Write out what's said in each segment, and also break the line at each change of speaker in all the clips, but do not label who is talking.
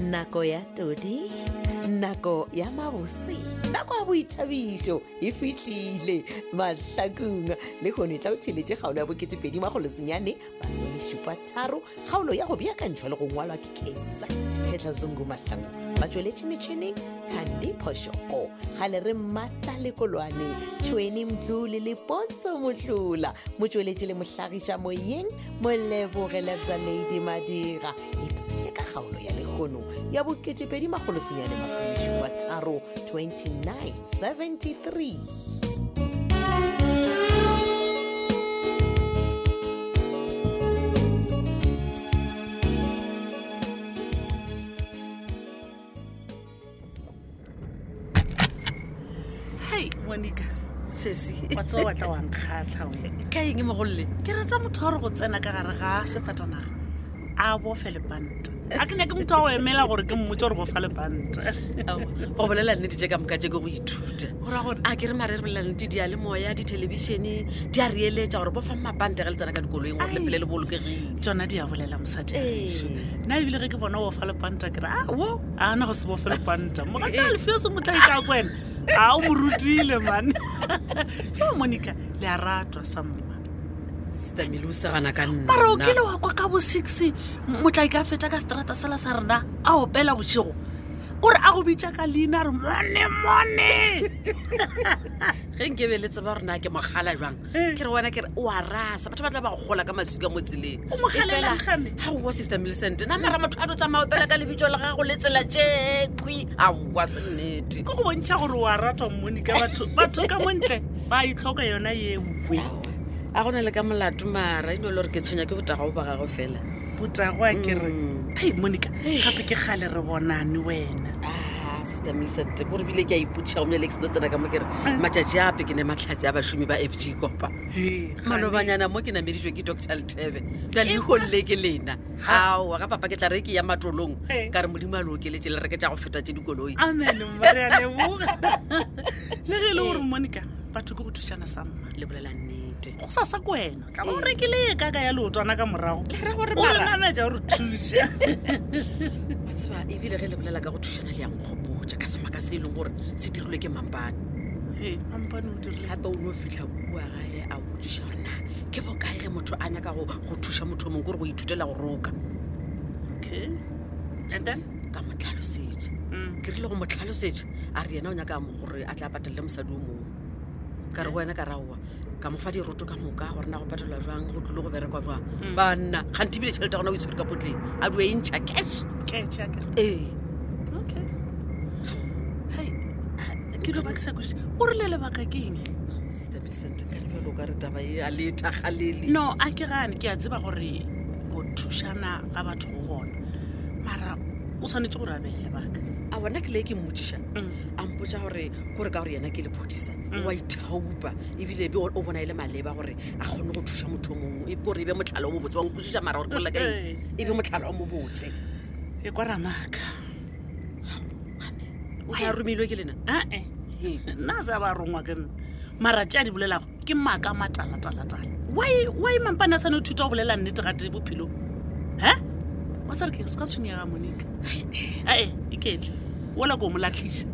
nako ya todi nako ya mabose nako ya boithabišo e fitlhile mahlakong le gone tla o theletše kgaolo ya bokete2edi magolosenyane masomešupa tharo kgaolo ya go beakantšhwa le go ngwalwa ke kesat hetlazungu mahlango batsweletše metšhineng thandi phošoko gale re mmatla lekolwane tšhweni mtlole le potso motlola motsweletše le mohlagiša moyeng molebogelebza ladi madira epsile ka kgaolo ya lekgono ya bokete2edi magolosenyane masomešupa tharo 29 73
hai monica
sese
wa tseba watla wa nkgatlha wena
ka eng mogolle
ke rata motho wa gore go tsena ka gare ga sefatanaga a bofe lebanta a ke nyake motho wa go emela gore ke mmotse gore bofa lebanta
Ao, go bolela nnete je ka moka je ke go ithuta
gora gore
a ke re mare re bolela nnete di a le moya dithelebišene di a reeletša gore bo fang mapante ga le tsena ka dikoloing gore
Ai.
lepele le bolokegile
tsona di a bolela mosadi agešo
Ee.
nna ebile ge ke bona bofa lepanta kere a wo a na go se bofe lepanta mogatša a lefio se motlae ka kwena a o mo rutile mane yo monica le a ratwa sa mma
sitamele o segana ka
mara o kile wa kwa ka bo six motlae ka fetša ka seterata sela sa rena a opela bošego kore a go bitša ka leina a re mone mone
ge nkebe le tseba gorena ke mogala jang
Eh.
ke re wena ke re o a rasa batho ba tla ba go gola ka maswika mo tseleng E
O mo galela gane?
ga go wa sister millicent na mara motho a do tsamaya opela ka lebitso la gago le tsela tsekwi a wa sennete
ke go bontšha gore o a ratwa monica batho batho ka montle ba itlhoka yona e ye bokwe
a go na le ka molato mara eno le gore ke tshwenya ke botagao ba gago fela
botago a kere
Mm.
hei monica gape ke kgale re bonane wena
Ah, sister millicent kore bile ke a ipotšha gomele ke se tlo tsena ka mo kere matšatši ape ke ne matlhatsi a bašomi ba f g kopa
Hei, kgane.
malobanyana mo ke nameditswe ke dr letebe bjale leholle ke lena aowa ka papa ke tla re ke ya matolong
Eh.
ka re modimo a lookeletse le reke tša go feta tse dikoloi
amen mmare a leboga le ge e le gore monica batho ke go thušana sa mma
le bolela nnete
go sa sa ko wena o tla ba o rekile e kaka ya leotwana ka morago
le re
o re
gore mara
nametša gore thuše
wa tseba ebile ge le bolela ka go thušana le yankgopotša ka semaka se e leng gore se dirilwe ke mampane
ampane o dirile
gape o ne o fitlha kua gae a bodiša gorena ke bokae ge motho a nyaka go go thuša motho o mongwe kore go ithutela go roka
okay and then
ka mo tlhalosetša
Mm.
ke rile go mo tlhalosetša a re yena o nyaka mo- gore a tla patelele mosadi o mongwe ka re wena ka raoa ka mofa diroto ka moka gore na go patelwa jang go tlile go berekwa jang
Mm.
banna kgante ebile tšhelete ya gona o itshwere ka potleng a due entšha cash
Catch, okay.
ee
e Okay. Hai, a- ke loba ke sa kwešiše. o rile lebaka ke eng
sister millicent nka le jalo o ka re taba e a lethagalele
no a ke gane ke a tseba gore go thušana ga batho go gona mara o tshwanetse gore a bele lebaka
a bona ke le e ke mmotsiša
Mm.
a mpotsa gore kore ka gore yena ke lephodisa wa ithaupa ebile be o o bona e le maleba gore a kgone go thuša motho o mongwe e- gore e be motlhala o mo botse wa nkosiša mara gore ke bolela ka eng e be motlhala o mo botse
e kwa ramaka
o tla e romilwe ke lena
ae nna a se a ba rongwa ke nna mara tšea di bolelago ke maaka a matalatalatala wy mampane a sane o thuta go bolela nnete gate bophelo he wa sa re ke se ka tshwenyega monica ae iketle ola ko o mo latlhiša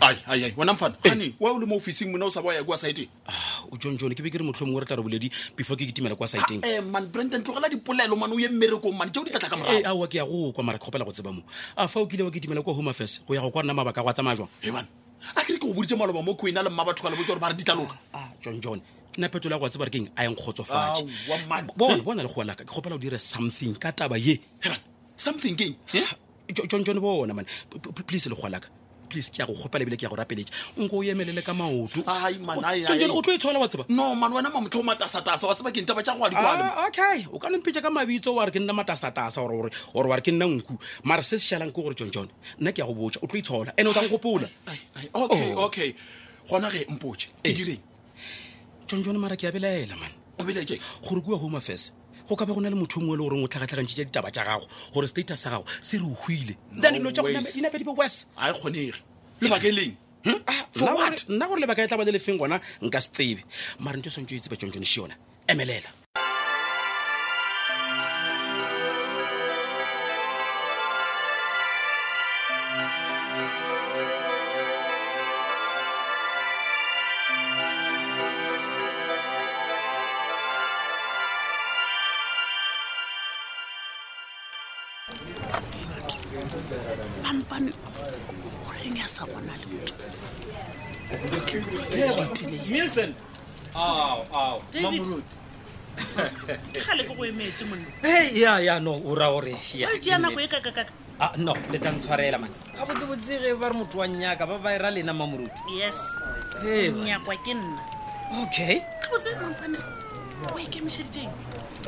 ai ai ai wena mfana gane wa o le mo officing mona o sa ba ya kwa siteng
ah, o john john ke be ke re motlhomo gore tla re boledi before ke ketimela kwa siteng
um man brandon tlogela dipolaelo mane o ye mmerekong mane teo di tla tla ka
e
morago
aowa ke ya go kwa mara ke kgopela go tseba mo a fa o kile wa ketimela kwa home affairs go ya go kwa rena mabaka a go a tsamaya jwang
ebane a kere ke go boditse maloba mo kwena le mma batho ka lebo ke gore ba re di tlaloka
a Ah, john john nna phetolo ya go a tseba re keng a
Aowa,
yankgotsofatse
man.
bona bona le go laka ke kgopela o dire something ka taba ye
Ebane, something Eh? keng
Jo- john john bona mane P- p- please le go laka please ke ya go kgopela ebile ke ya go rapeletša nko o emelele ka maoto
Ai, man, ai,
john john
ai.
o tlo e tshola wa tseba
no man wena ma motlho o matasatasa wa tseba ke ntaba tja go a dikwane
Ah, okay o ka lempitša ka mabitso wa re ke nna matasatasa ore- ore ore wa re ke nna nku mara se se šalang ke gore john john nna ke ya go botša o tlo itshola and o tla go gopola
Ai, ai, okay
Oh.
okay gona ge mpotse e direng
john john mara ke a belaela man
o bele jeng
gore kua home affairs go ka be go na le motho o mongwe e le goreng o tlhagatlhagantšhe tša ditaba tša gago gore status sa gago se re o hwile then dilo tša
ways.
dinape di be wes
ga e kgonege lebake leng Hmm? for what
Ah, nna gore lebaka e tla ba le lefeng gona nka se tsebe mare nto swantse o e tseba tsontsone še yona emelela
mampane goreng ya sa bona le
Nielsen. Ao, ao.
motho ke gale ke go emetse monna
Hey, ya ya no, o ra gore. ya,
o jea nako
nnete.
e kakakaka
Ah, no, le tang tshwarela man. Ga botse botse ge ba re motho wa nyaka ba ba ira lena mamoruti.
yes
Hey, ba-
nyakwa ke nna
okay.
ga botse mampane o ikemišeditšeng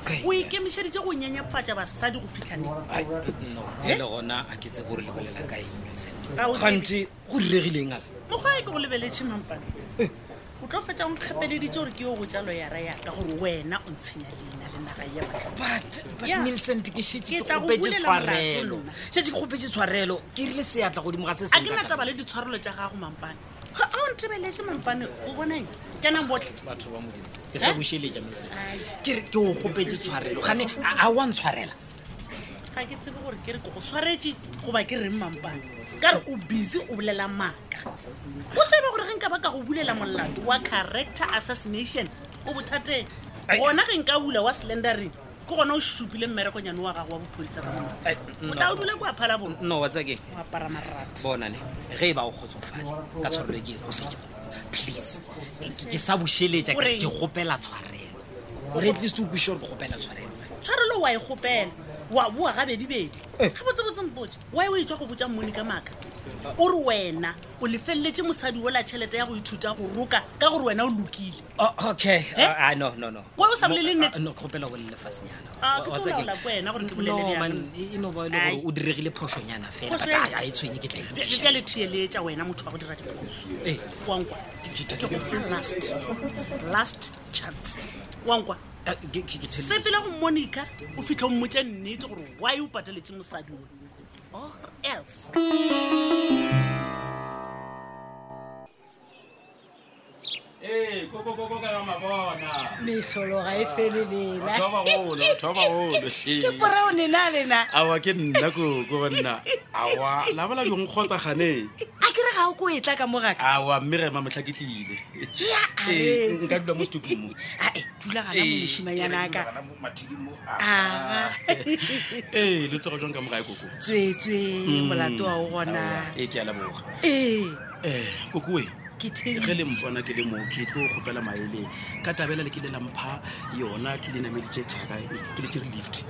Okay.
o ikemišeditše go nyanyafatša basadi go fitlhaneng
Ai, no, e le gona a ke tse gore le bolela ka eng, Nielsen.
Ga o tsebe.
Kgante go diregileng a.
mokgwa e ke go lebeletše mampane o tlo fetsa o nkgapeleditše gore ke yo go jalo yara yaka gore wena o ntshenya leina le naga ya batho
But but
Yeah.
Nielsen ke shetse
Ke
ke
tla go
kgopetse
bulela molato
tshwarelo.
lona.
Shetse ke kgopetse tshwarelo. Ke rile seatla godimo ga se
a
seng
ke
ka
na
taba.
taba le ditshwarelo tša gago mampane ga a o ntebeletse mampane o bonang kana botlhe
batho ba modimo ke sa
Eh?
bušeletša Nielsen.
Ai.
Ke re ke o kgopetse tshwarelo. Gane a a wa ntshwarela.
ga ke tsebe gore ke re ke go tshwaretse goba ke reng mampane ka re o busy o bolela maaka o tsebe gore ge nka ba ka go bulela molato wa character assassination o bothateng
Ai.
gona ge nka bula wa slendering ke gona o supile mmerekonyane wa gago wa bophodisa ka mona
Ai,
o
Eh, no.
tla o dule ko aphala bone
no wa tsa keng
o apara marata
bonane ge e ba o kgotsofale ka tshwarelo ke e kgopetša please Ke- ke sa bušeletša ka-
Goreng?
ke gopela tshwarelo gore at least o kweša gore ke gopela tshwarelo
tshwarelo wa e gopela wa boa gabedibedi ga botsebotsempoe wa e o etswa go botsa mmone ka maaka o re wena o lefeleletse mosadi ola tšhelete ya go ithuta go roka ka gore wena o lokile
Oh, okay
Eh?
Ah, ah, no, no, no.
Why o sa
Mo-
bolele nnete?
ah, no, ke kgopela go le lefasenyana
Ah, ke
Wa-
tlo
wa tsa keng?
laola ko wena gore ke
No,
bolele bjang.
man, e- e no ba e le
Ai.
gore o diregile phošonyana fela
Phošo
but
e-
ah, ah, e tshwenye ke tla e lokiša.
bja le thieletsa wena motho wa go dira diphoso
Eh,
wankwa
ke- ke-
ke go fa last last chance wankwa
ah, ke- ke- ke tell-
sepela go monica o fitlhe o mmotse nnete gore wy o pateletse mosadi one or else
metlholo ga e fele lela
Batho ba bagolo, batho ba bagolo.
ke porao lena lena
awa ke nna koko banna awa labala beng kgotsa gane
a kere ga o ko e tla ka mogaka
awa mme rema motlha ke tlile Ee, nka dula mo setopong mo
ae dula gana momošima yanaka Aha.
ee le tsoga jwang ka mogae koko
tswetswe molato wa o
Mm.
gona
ee ke a leboga
ee
um kokoe
ke
ge
thedi
le mpona ke le moo ke tlo kgopela maele ka tabela le ke le lampha yona ke le nameditše thaka e- ke le tere lift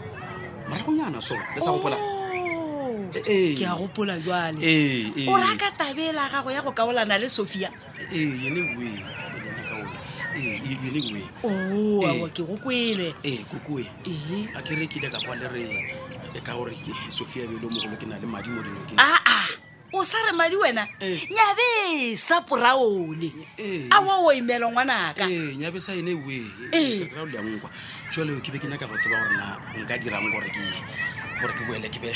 maragonyana so le sa gopola Ee.
Oh, ke a gopola jale
ee ee.
o raka tabela gago ya go kaolana le sophia
ee e yene oe lena ka ona ee e- yene oe
oo
Ee.
awa ke go kwele
ee kokoe
ee
a ke rekile ka kwa le re e ka gore ke sophia bele o mogolo ke na le madi mo dinokeng
aa o sa re madi wena
Ee.
nyabe sa poraone
Ee.
awa o imela ngwanaka
ee nyabe sa ene E,
Ee.
oe rao leyankwa jalo ke be ke nyaka go tseba gore na nka dirang gore ke gore ke boele ke be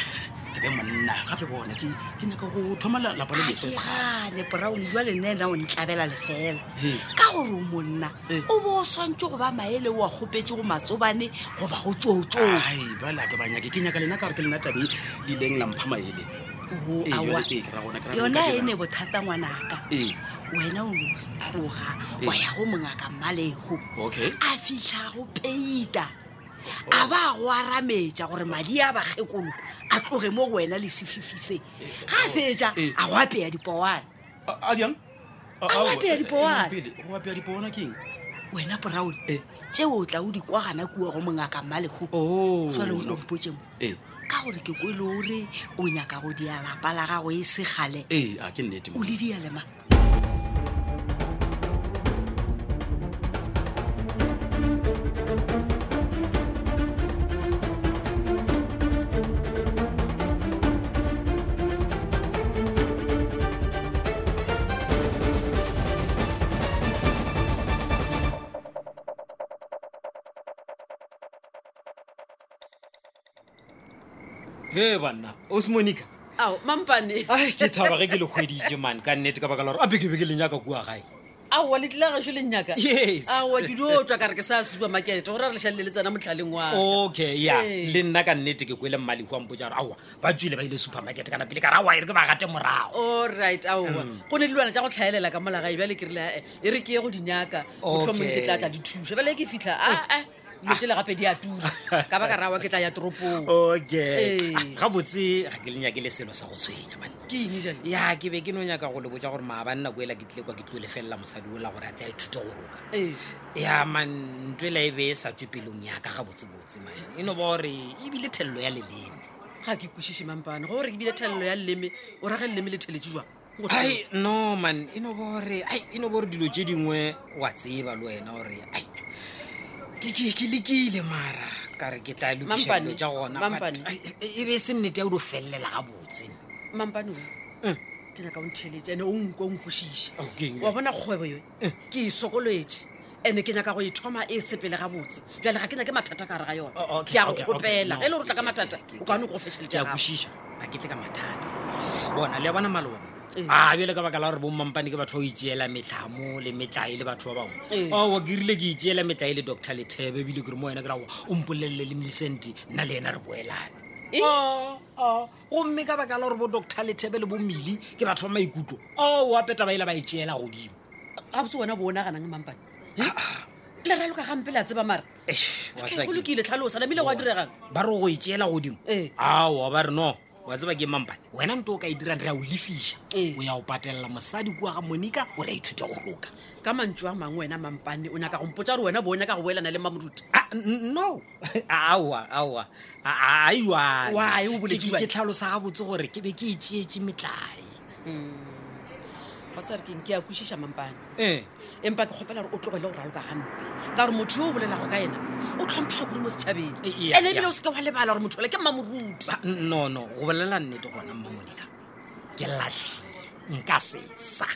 ke be monna gape bona ke ke nyaka go thoma la- lapa le
ga
leso
Ah, ke
sa
gane brown jwale nne ena o ntlabela lefela
He.
ka gore o monna
He.
o bo o swantse go ba maele o a kgopetse go matsobane goba go tsootsoo
ai bala ke banyake ke nyaka lena ka gore ke lena tabe le ileng lampha maele
Oh,
Ee, jwale,
aowa.
ee, ke ra gona, ke ra gona,
yona
ka
e
dirang.
ne bothata ngwanaka
ee
wena o ne o s- tloga
He.
wa ya go mongaka mmalego
okay
a fitlha go peita a ba a go arametša gore madi a bagekolo a tloge mo go wena le sefifiseng ga a fetša
He.
a go apeya dipowane
A- a diang A-
A, Ah, o
aowa, e-
apeya
e-
dipoana.
e- pele, o apea dipoona keng
wena brown
He.
tšeo o tla o di kwagana kua go mongaka mmalego
Oh,
jale o
no.
kompotsemo
ee
ka gore ke kwele ore o nyaka go dia lapa la gago e segale
ee a ke nnete
o le dialema
he banna osmonica
ao mampane
ai ke thaba ge ke le kgweditse mane ka nnete ka baka la gore a beke be ke lenyaka kua gae
aowa le tlile gaso lennyaka
Yes.
aowa ke dio tswa kare ke sa supermarkete gore a re lešhalele tsena motlhaleng wa
okay ya
Ah, Ee.
le nna ka nnete ke kwele mmalehu a mpotsa gore aowa ba tswile ba ile supermarket kana pele ka re aowa e re ke ba gate morago
allright aowa
Mm.
go ne dilwana tja go tlhaelela ka molagae bjale ke rile ae e re ke ye go di nyaka motlhomong ke
Okay.
tla tla di thuša bjale ke fitlha aa dilo tele gape di a tura ka baka rawa ke tla ya toropong
Oh. okay
Ee.
ga botse ga ke lenyake le selo sa go tshwenya mane
ke eng jale
ya ke be ke no nyaka go le botsa gore maabanna ko ela ke tlile kwa ke tlo lefelela mosadi ola gore a tla ithute go roka
ee
ya man ntwela e be e sa tswe pelong yaka ga botsebotse man e no ba gore ebile thelelo ya leleme
ga ke kwešiše mampane go gore ke bile thalelo ya leleme o raga leleme le theletse jwang Go
ai
tlhalose.
no man e no ba gore ai e no ba gore dilo tse dingwe wa tseba le wena gore ai ke- ke ke lekile mara ka re ke tla lokisa
Mampane,
dilo tša gona but
Mampane.
ai, e e be e se nnete ya o di felelela ga botse
mampane
Mm.
o ke nyaka o ntheletse ande o nko o nkwešiše
Oh, keng?
wa bona kgwebo yone ke e sokoletse ande ke nyaka go e thoma e sepele gabotse bjale ga ke nyake mathata ka gare ga yona
Oh,
ke
okay,
a go
okay, okay.
kgopela
No,
ge e le gore tla ka
ke- ke-
mathata
ke-
o kane ko go fetšhelete
ke a
gago
kwešiša a ke tle ka mathata bona le ya bona maloba
Ee.
a bjele ka baka la gore bommampane ke batho ba go itseela metlhamo le metlae le batho ba bangwe
Ee.
owa ke rile ke itseela metlae le doctor lethebe ebile ke re mo wena ke rago o mpolelele le millicent nna le ena re boelane Oh, oh. gomme ka baka la gore bo doctor lethebe le bo mmele ke batho ba maikutlo o apeta ba ile ba itseela godimo
gabotse wona bo onaganang mampane le raloka gampe le a tseba mara
Eish, wa tseba
go
ke-
lokile tlhalosa namile go a diregang
ba re go itseela godimo
Ee.
aowa ba re no wa tseba ke mampane wena nto o ka e dirang re a o lefiša
Ee.
o ya o patelela mosadi kua ga monica o re a ithuta go roka
ka mantso a mangwe wena mampane o nyaka gompotsa gore wena bo o nyaka go boelana le mamoruta
Ah, n- no aowa aowa
Why, o boletse jwang?
aiwake tlhalosa gabotse gore ke be ke itseetse metlae
ga sa re keng ke a kwešiša mampane
ee
empa ke kgopela gore o tlogele go raloka gampe ka gore motho yo o bolelago ka ena o tlhomphaga kudu mo setšhabeng
E- ya,
ande ebile
ya.
o seke wa lebala gore motho ole ke mmamoruti
Ba- no no go bolela nnete gona mma monica ke latlhile nka sesa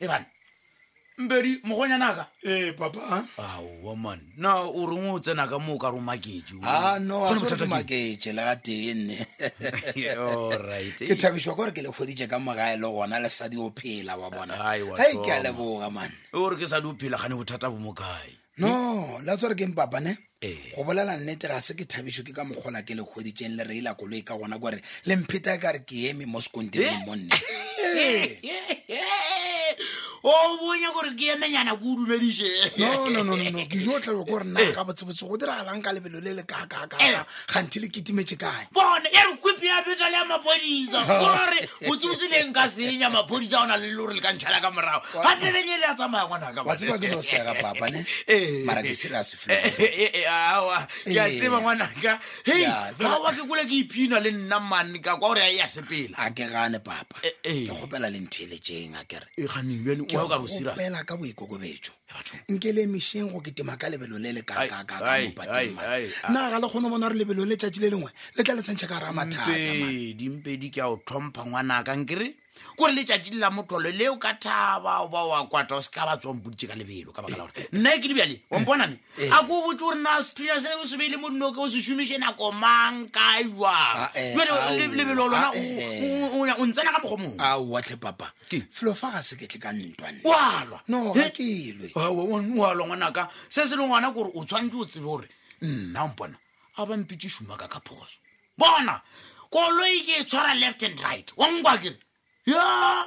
e bana mbedi mogonyanaka
Eh,
ee papa
aowa man na o reng o tsena ka moo ka romaketse
Ah,
a Ah, no a sore makee le ga tee nne ke thabišwa kore ke le kgweditše ka mogae le gona lesadi o phela wa bona
Ai, wa
hai ke a
thoma.
leboga man
ore ke sadi o phela gane bothata bo mokae
no la tsware keng papane
Eh.
go bolela nnete ga se ke thabišo ke ka mokgola ke le kgweditšeng le reila koloi ka gona kore le mpheta ka re ke eme mo sekontereng monne Eh.
o bonya gore Oh, ke emenyana ke o dumediše
no no no no no ke jo tlabe kore nna ga botsebotse go diragalang ka lebelo le le kakakaka kganthe le ketimetse kae
bone e re kwepi ya peta le ya maphodisa kolore botsotseleng ka senya maphodisa o na le lore le ka ntšhala ka morago ga tebele le a tsamaya ngwanaka
wa tseba ke no sega papane
Eh.
mara ke serius flo
Eh.
aa eh, ke a
Eh.
tseba ngwanaka hei
Ya,
ga wa ke kole ke iphina le nna mane ka kwa gore a ya sepela
a ke gane papa
Eh, eh.
ke gopela le ntheeletseng a kere ke
ekganebjane
gopela ka boikokobetso nke le mešheng go ketema ka lebelo le le
Ai, ai, ai, ai,
kakakamopatima
ai.
nna ga le kgone bona gore lebelo le tšatši le lengwe le tla le tshwantšhe ka gara mathata man.
dimpedi ke a o tlhompha ngwanaka nkere kore letšatši la motlolo leo ka thaba o ba oa kwata o se ka ba tswang poditse ka lebelo ka baka la gore nna ke dibjale omponane
Eh.
a ko botse gore na sethunya se o se beile mo dinoke o se šomiše nako mang ka jwang
Ah, eh,
jale
au,
le- lebelo lona
ah, eh,
o- o- o- o nttsena ka mokgomong
aowatlhe papa
Ke?
felo fa ga se ke tle ka ntwane
oalwa
no ga kelwe
oalwa ngwanaka se se le ngwana kore o tshwanetse o tsebe gore nna mpona a ba mpitse šumaka ka phoso bona koloi ke e tshwara left and right wa nkwa kere ya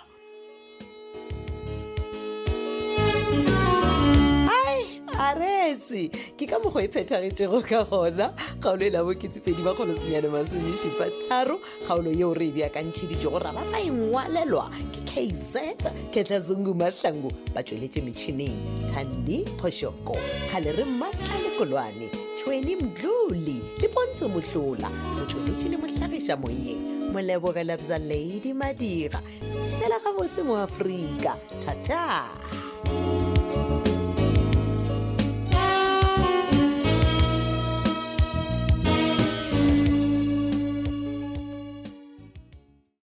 aretse ke ka mokgwa e phethagetšego ka gona kgaolo e la boketsepedi ba kgolosenyane masomešupa tharo kgaolo yeo re e beakantšheditšego ra ba ra engwalelwa ke kz ketlazungu mahlangu ba tsweletše metšhineng thandi phošoko kgale re maatla lekolwane tšhweni mdluli le pontsho mohlola o tsweletše le mohlagiša moyeng moleboge labza ladi madira fela gabotse mo aforika thata